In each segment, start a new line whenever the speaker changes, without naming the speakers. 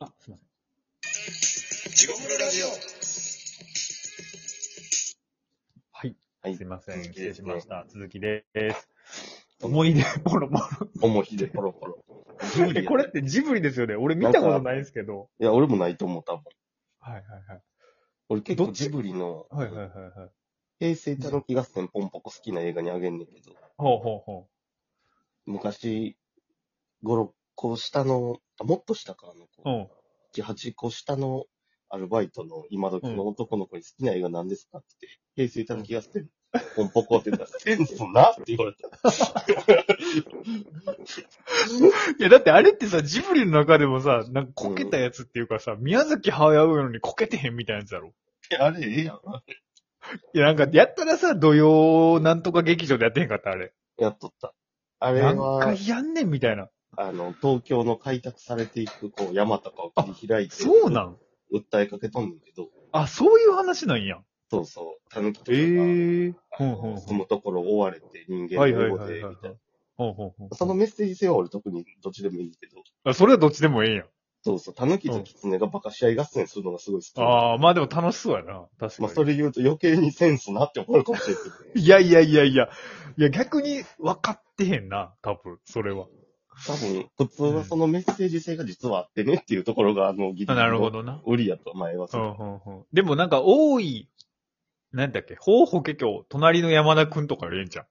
あ、すいません。
地獄のラジオ
はい。
はい
すいません。
続
失
き
礼
ですね
しました。続きです。思い出、ポロポ
思い出ポロポロ。ジブ
ロ。
リや
これってジブリですよね。俺見たことないんですけど。
いや、俺もないと思う、多分。
はいはい
俺結
ど
構
っち
ジブリの、
はい。はいはいはいはい。
平成たぬき合戦ポンポコ好きな映画にあげんねんけど、
ほうほうほ
昔、5、6個下の、あもっと下か、あの
う。う
子。
ん。
7、8個下のアルバイトの今時の男の子に好きな映画何ですかって言って、平成たぬき合戦ポンポコって言ったら、センスなって言われた。
いや、だってあれってさ、ジブリの中でもさ、なんかこけたやつっていうかさ、宮崎駿のにこけてへんみたいなやつだろ。
いやあれ、ええやん。
いや、なんか、やったらさ、土曜なんとか劇場でやってへんかった、あれ。
やっとった。あれ
何
は、
回やんねんみたいな。
あの、東京の開拓されていく、こう、山とかを切り開いて、
そうなん
訴えかけとんねんけど、
あ、そういう話なんや。
そうそう、狸とか
ええー。
が、あの
ほうほうほう
住むところを追われて人間
はいはい
の
は
方
い
で、
はいはい
みたいな。
ほうほうほう。
そのメッセージ性は俺特にどっちでもいいけど、
あそれはどっちでもええやん。
そうそう、狸と狐が馬鹿試合合戦するのがすごい好き。
ああ、まあでも楽しそうやな。確かに。
まあ、それ言うと余計にセンスなって思うかもしれない けど、
いやいやいやいや。いや、逆に分かってへんな。多分、それは。
多分、普通はそのメッセージ性が実はあってねっていうところが、あの、ギリギリ
あなるほ
の
どな。
売りやと前
う
は
ん、う
そ
ん、うん。でもなんか、多い、なんだっけ、ほうほけきょう、隣の山田くんとかよりええんちゃ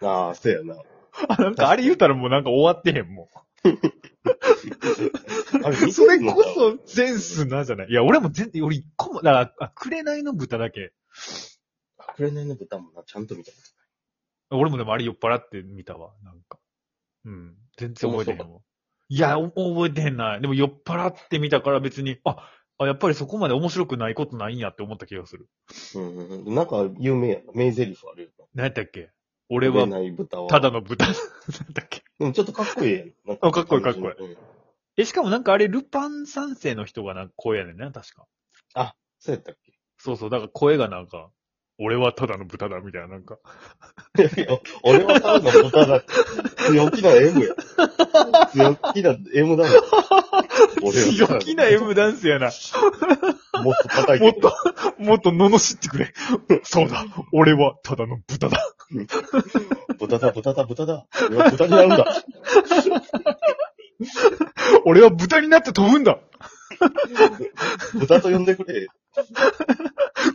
う
う。ああ、そうやな。
あ、なんか、あれ言うたらもうなんか終わってへんもん。
あれ、
それこそセンスなじゃないいや、俺も全然、俺一個も、だから、あ、紅の豚だけ。
そ。紅の豚もな、ちゃんと見た。
俺もでもあれ酔っ払って見たわ、なんか。うん。全然覚えてへんわ。いや、お覚えてへんな。でも酔っ払って見たから別に、あ、あやっぱりそこまで面白くないことないんやって思った気がする。
うんうんうん。なんか、有名やな。名台詞あるよな。
何やったっけ
こ
俺は、
ない豚は。
ただの豚。 何やったっけ
うん、ちょっとかっこいいやん。なん
あかっこいいかっこいい
うん
え、しかもなんかあれ、ルパン三世の人がなんか声やねんな、確か。
そうやったっ
そうそう、だから声がなんか、俺はただの豚だ、みたいな、なんか。
けいや俺はただの豚だって。強気な M や。強気な M だろ。
強気な M ダンスやな。
もっと叩いて。
もっと、もっと罵ってくれ。 そうだ、俺はただの豚だ。
豚だ、豚だ、豚だ。俺は豚になるんだ。
俺は豚になって飛ぶんだ。
豚と呼んでくれ。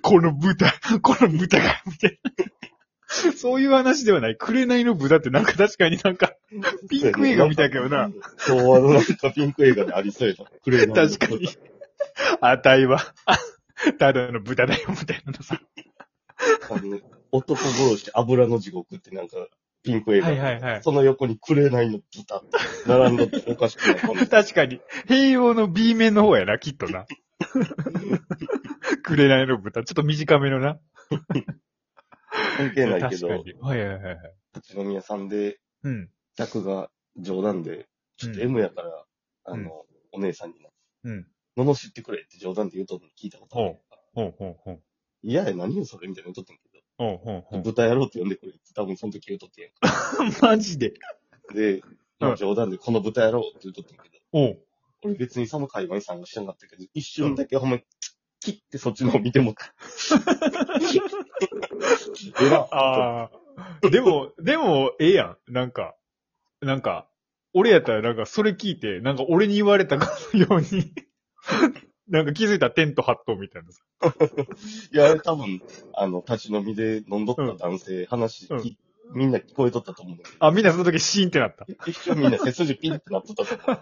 この豚、 この豚が、みたいな。そういう話ではない。紅の豚ってなんか確かになんか、ピンク映画見たけどな。
昭和のなんかピンク映画でありそうやな。クレーナーの
確かに。あたいは、あただの豚だよ、みたいなのさ。
あの、男殺して油の地獄ってなんか、ピンク映画。
はいはいはい
その横にクレーナーの豚って並んどっておかしくない。
確かに、平洋の B 面の方やな、きっとな。紅の豚、ちょっと短めのな。
関係ないけ
確か
ど、
に。はいはいはいはい。
立ち飲み屋さんで、
うん。
客が冗談で、ちょっと M やから、あの、お姉さんにな、
うん。
罵ってくれって冗談で言うとんの聞いたことある。
ほうほうほう。
いや、何よそれみたいな言うとったんけ
ほうほうほ
ど、
う。
豚野郎って呼んでくれって多分その時言うとってんや
マジで。
んで、まあ冗談でこの豚野郎って言うとってんけど、
おう。
俺別にその会話に参加してなかったけど、一瞬だけほんま、切ってそっちの方見てもった。 えら
ああ。でも、でも、ええやん。なんか、なんか、俺やったらなんかそれ聞いて、なんか俺に言われたかのように、なんか気づいたらテント張っとうみたいなさ。
いや、あれ多分、あの、立ち飲みで飲んどった男性、話聞い、みんな聞こえとったと思うんだけど、
あ、みんなその時シーンってなった。
一瞬みんな背筋ピンってなっとったと思う。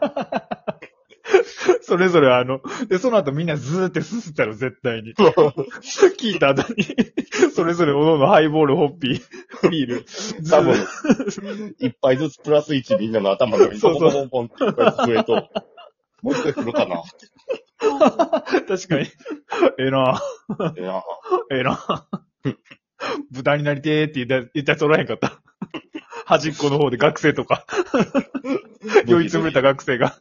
それぞれあの、で、その後みんなズーってすすったら絶対に。聞いた後に、それぞれおのおのハイボール、ホッピー、ビール、ズ
多
ー
分、一杯ずつプラス1みんなの頭の上に
そ
ポ
う
ン
そ
ポ
う
ンポンポンって一杯増えと、もう一回来るかなって
確かに。ええな
言ってな。
ええな。豚になりてーって言った言ったやつおらへんかった。端っこの方で学生とか、 酔いつぶれた学生が。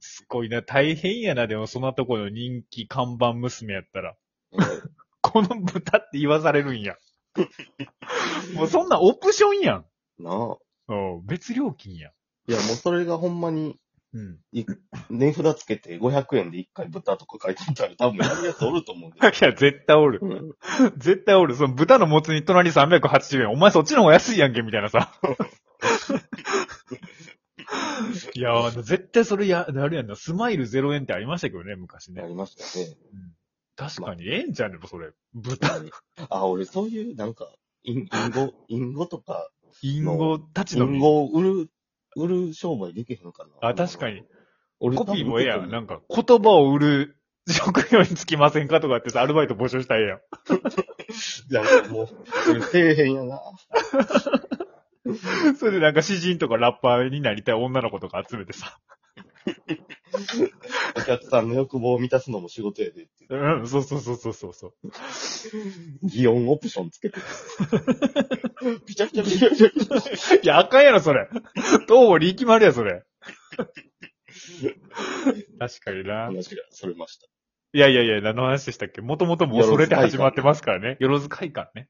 すごいな、大変やな、でもそんなとこの人気看板娘やったら。
うん
この豚って言わされるんや。もうそんなオプションやん。
なあ。
うん別料金やん。
いや、もうそれがほんまに、
うん。
値札つけて500円で1回豚とか書いてたら多分やるやつおると思うん
い
だよ。
や、絶対おる
う。ん
絶対おる。その豚のもつ煮隣380円。お前そっちの方が安いやんけ、みたいなさ。いや、絶対それや、なるやんな。スマイル0円ってありましたけどね、昔
や
ね。
りましたね。
確かに、ええんじゃん、でもそれ。
ほ
豚、
んまにあ、俺そういう、なんか、インインゴ、インゴとか、
インゴたち
イ
の
ン
み。
ゴを売る、売る商売できへんかな。
あ、確かに。。
俺
コピーもええや
多
ん。
分
なんか、言葉を売る職業につきませんかとかってさ、アルバイト募集したらええやん。
なんかもう、俺せえへんやな。
それでなんか詩人とかラッパーになりたい女の子とか集めてさ。
お客さんの欲望を満たすのも仕事やでって。
うん、そうそうそうそうそうそう。
擬音オプションつけて。ピチャピチャピチャピチャピチャ。
いや、あかんやろ、それ。どうも力丸や、それ。 確かにな。
話がそれました。
いやいやいや、何の話でしたっけもともともうそれで始まってますからね。よろず会館ね。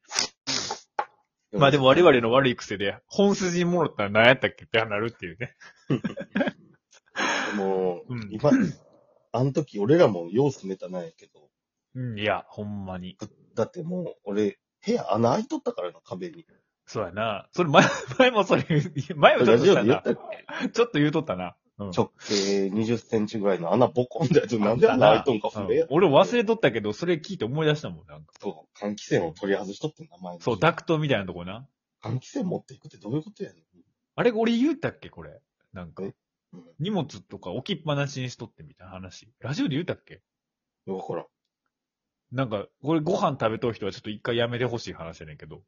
まあでも我々の悪い癖で、本筋もろったら何やったっけってなるっていうね。
もう
うん、
今、あの時俺らも様子ネタなんやけど、
うん、いや、ほんまに。
だってもう、俺、部屋穴開いとったからな、壁に。
そうやな。それ前、前もそれ、前もちょ
ラ
っとし
ジオ
た
で言っ
な。
たっけ
ちょっと言うとったな。うん
直径20センチぐらいの穴ボコンだやつ、なんで穴開いとんか不明
う
や
ん。俺忘れとったけど、それ聞いて思い出したもん、なんか。
そう、換気扇を取り外しとって名前
そう、ダクトみたいなとこな。
換気扇持っていくってどういうことやね
あれ、俺言うたっけ、これ。なんか
え。ん。うん
荷物とか置きっぱなしにしとってみたいな話。ラジオで言うたっけ
わからん。
なんか、これご飯食べとる人はちょっと一回やめてほしい話やねんけど。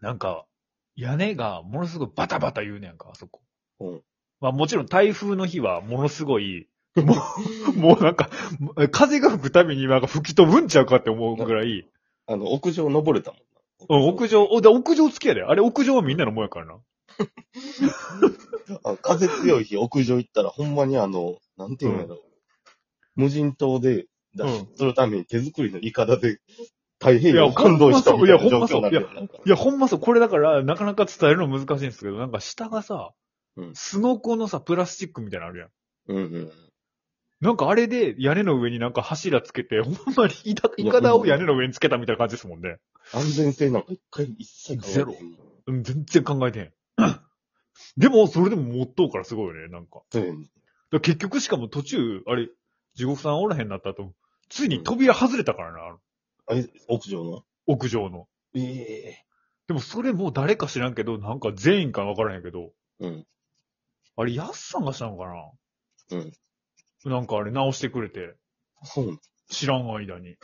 なんか、屋根がものすごいバタバタ言うねんか、あそこ。
うん。うん。
まあもちろん台風の日はものすごい、もう、もうなんか、風が吹くたびになんか吹き飛ぶんちゃうかって思うぐらい、
あの、屋上登れたも
う
んな。
ん、屋上、おだ屋上付きやで。あれ屋上はみんなのもんやからな。
あ風強い日、屋上行ったら、ほんまにあの、なんていうんやろ。無人島で脱出するために手作りのイカダで、太平洋を感動したみたいな状況になるよ。なんか
いや、ほんまそう。これだから、なかなか伝えるの難しいんですけど、なんか下がさ、
うん
スノコのさ、プラスチックみたいなのあるやん。
うんうん。
なんかあれで屋根の上になんか柱つけて、 ほんまにイタイカダを屋根の上につけたみたいな感じですもんね。
安全性なんか一回一切考えてへ
ゼ
ん
ロうん、全然考えてへん。 でも、それでも持っとうからすごいよね、なんか。
そうやね
だから結局しかも途中、あれ、地獄さんおらへんなった後、ついに扉外れたからな、あの
あれ、屋上の
屋上の。
ええ
でもそれもう誰か知らんけど、なんか全員かわからへんけど、
うん。
あれ、ヤスさんがしたのかな
うん。
なんかあれ直してくれて、
そうなん
知らん間に。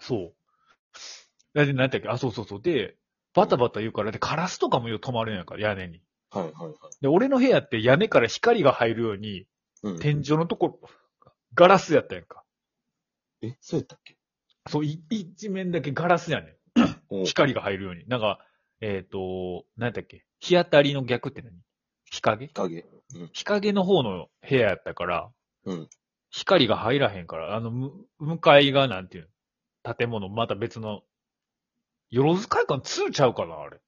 そう。だって何やったっけあ、そうそうそう。で、バタバタ言うから、で、カラスとかもよう止まるんやから、屋根に。
はいはいはい。
で、俺の部屋って屋根から光が入るように、
うん
天井のところ、ガラスやったやんか。
え、そうやったっけ
そう、い一面だけガラスやね
お
ん。光が入るように。なんか、えっ、と、何やったっけ日当たりの逆って何日陰
影。
日陰の方の部屋やったから、
うん
光が入らへんから、あの、む向かいが、なんていうの建物、また別の、よろず会館2ちゃうかな、あれ。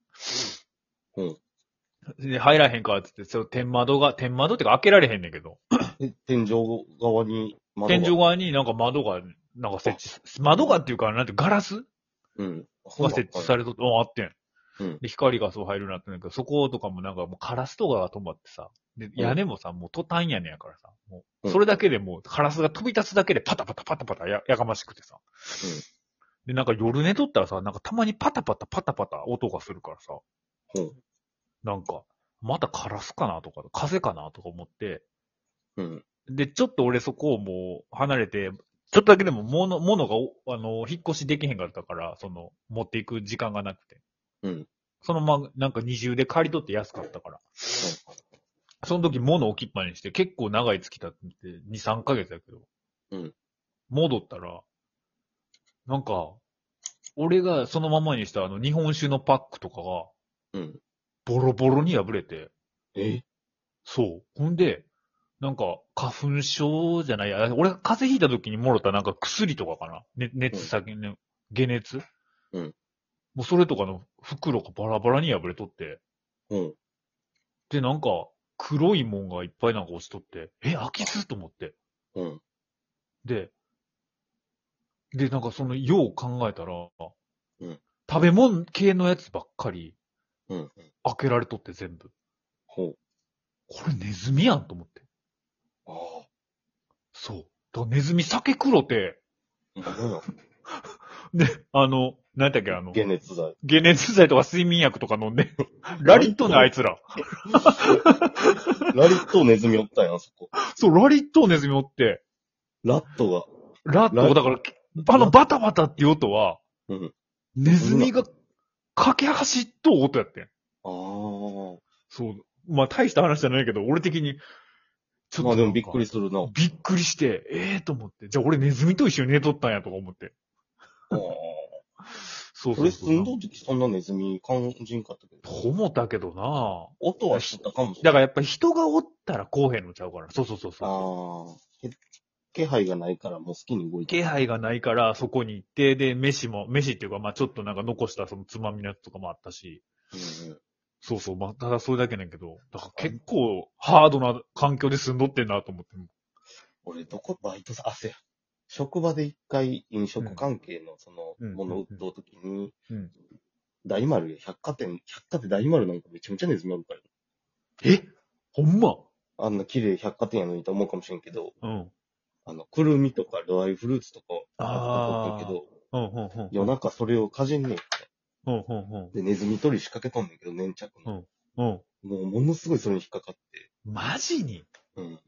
で入らへんからって言って、その天窓が、天窓ってか開けられへんねんけど、
え、天井側に窓
天井側になんか窓が、なんか設置、窓がっていうか、なんてガラス
うん。
が設置されとって、ああってん。
うん。
で、光がそう入るようになってんだけど、そことかもなんかもうカラスとかが止まってさ、で、屋根もさ、もうトタン屋根やからさ、もう、
うん
それだけでもうカラスが飛び立つだけでパタパタパタパタややかましくてさ。で、なんか夜寝とったらさ、なんかたまにパタパタパタパタ音がするからさ、
うん。
なんか、またカラスかなとか、風かなとか思って、
うん。
で、ちょっと俺そこをもう離れて、ちょっとだけでも物、物がお、あの、引っ越しできへんかったから、その、持っていく時間がなくて。
うん。
そのまま、なんか二重で借り取って安かったから。その時物置きっぱにして、結構長い月経って、2、3ヶ月だけど。
うん。
戻ったら、なんか、俺がそのままにしたあの日本酒のパックとかが、
うん。
ボロボロに破れて、
え
そう。ほんで、なんか、花粉症じゃないや、俺が風邪ひいた時にもろたなんか薬とかかな。ね、熱先ね、解熱
うん。
もうそれとかの袋がバラバラに破れとって、
うん。
で、なんか、黒いもんがいっぱいなんか落ちとって、え、空き巣と思って。
うん。
で、で、なんかその、よう考えたら、
うん
食べ物系のやつばっかり、
うん。
開けられとって全部。
ほう。
これネズミやんと思って。
あ
そう。だからネズミ酒黒って、
あ。なんや。
あの、なんだっけ、あの、
解熱剤。
解熱剤とか睡眠薬とか飲ん で、ラリットね、あいつら。
ラリットネズミおったんやん、そこ。
そう、ラリットネズミおって、
ラットが。
ラット、だから、あの、バタバタっていう音は、
うん
ネズミが、駆け走っとう音やってん。
ああ。
そう。まあ、大した話じゃないけど、俺的に、ち
まあでもびっくり
し
するな。
びっくりして、ええと思って。じゃあ俺ネズミと一緒に寝とったんやとか思って。
ああ
そう
そ
そう
れ
そ
住んど
う。
る時そんなネズミ感じんかったけど。
ともだけどな
音はしてたかもしれ
だか
ない。
らやっぱ人がおったらこうへんのちゃうから。そうそうそうそ。
ああ。け気配がないからもう好きに動いうて。
気配がないから、そこに行って、で、飯も、飯っていうか、まあちょっとなんか残したそのつまみのやつとかもあったし。
うんうん
そうそう、まあ、ただそれだけなんやけど。だから結構、ハードな環境で住んどってんなと思って。
俺、どこ、バイトさ、あ、せや。職場で一回飲食関係の、その、
うん
ものを売っとうときに
うん、
大丸や百貨店、百貨店大丸なんかめちゃめちゃネズミあるから。
えほんま
あんな綺麗百貨店やのにと思うかもしれんけど、
うん。
あの、くるみとかドライフルーツとかあ
あ
っ
あ
たと。思うけど、
うん、うん、うん。
夜中それをかじんねん。
うん、うん、
で、ネズミ取り仕掛けとんねんけど、粘着の。
うん。うん。
もう、ものすごいそれに引っかかって。
マジに
うん。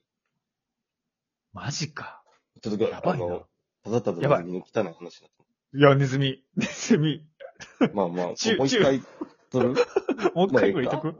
マジか。
ちょっと、
やばい
あ
な
の。ただた
やば
だ
い
ネズミの汚い話に
いや、ネズミ。ネズミ。
なった。まあまあ、もう
チュー
一回取る
もう一回ぐらいいとく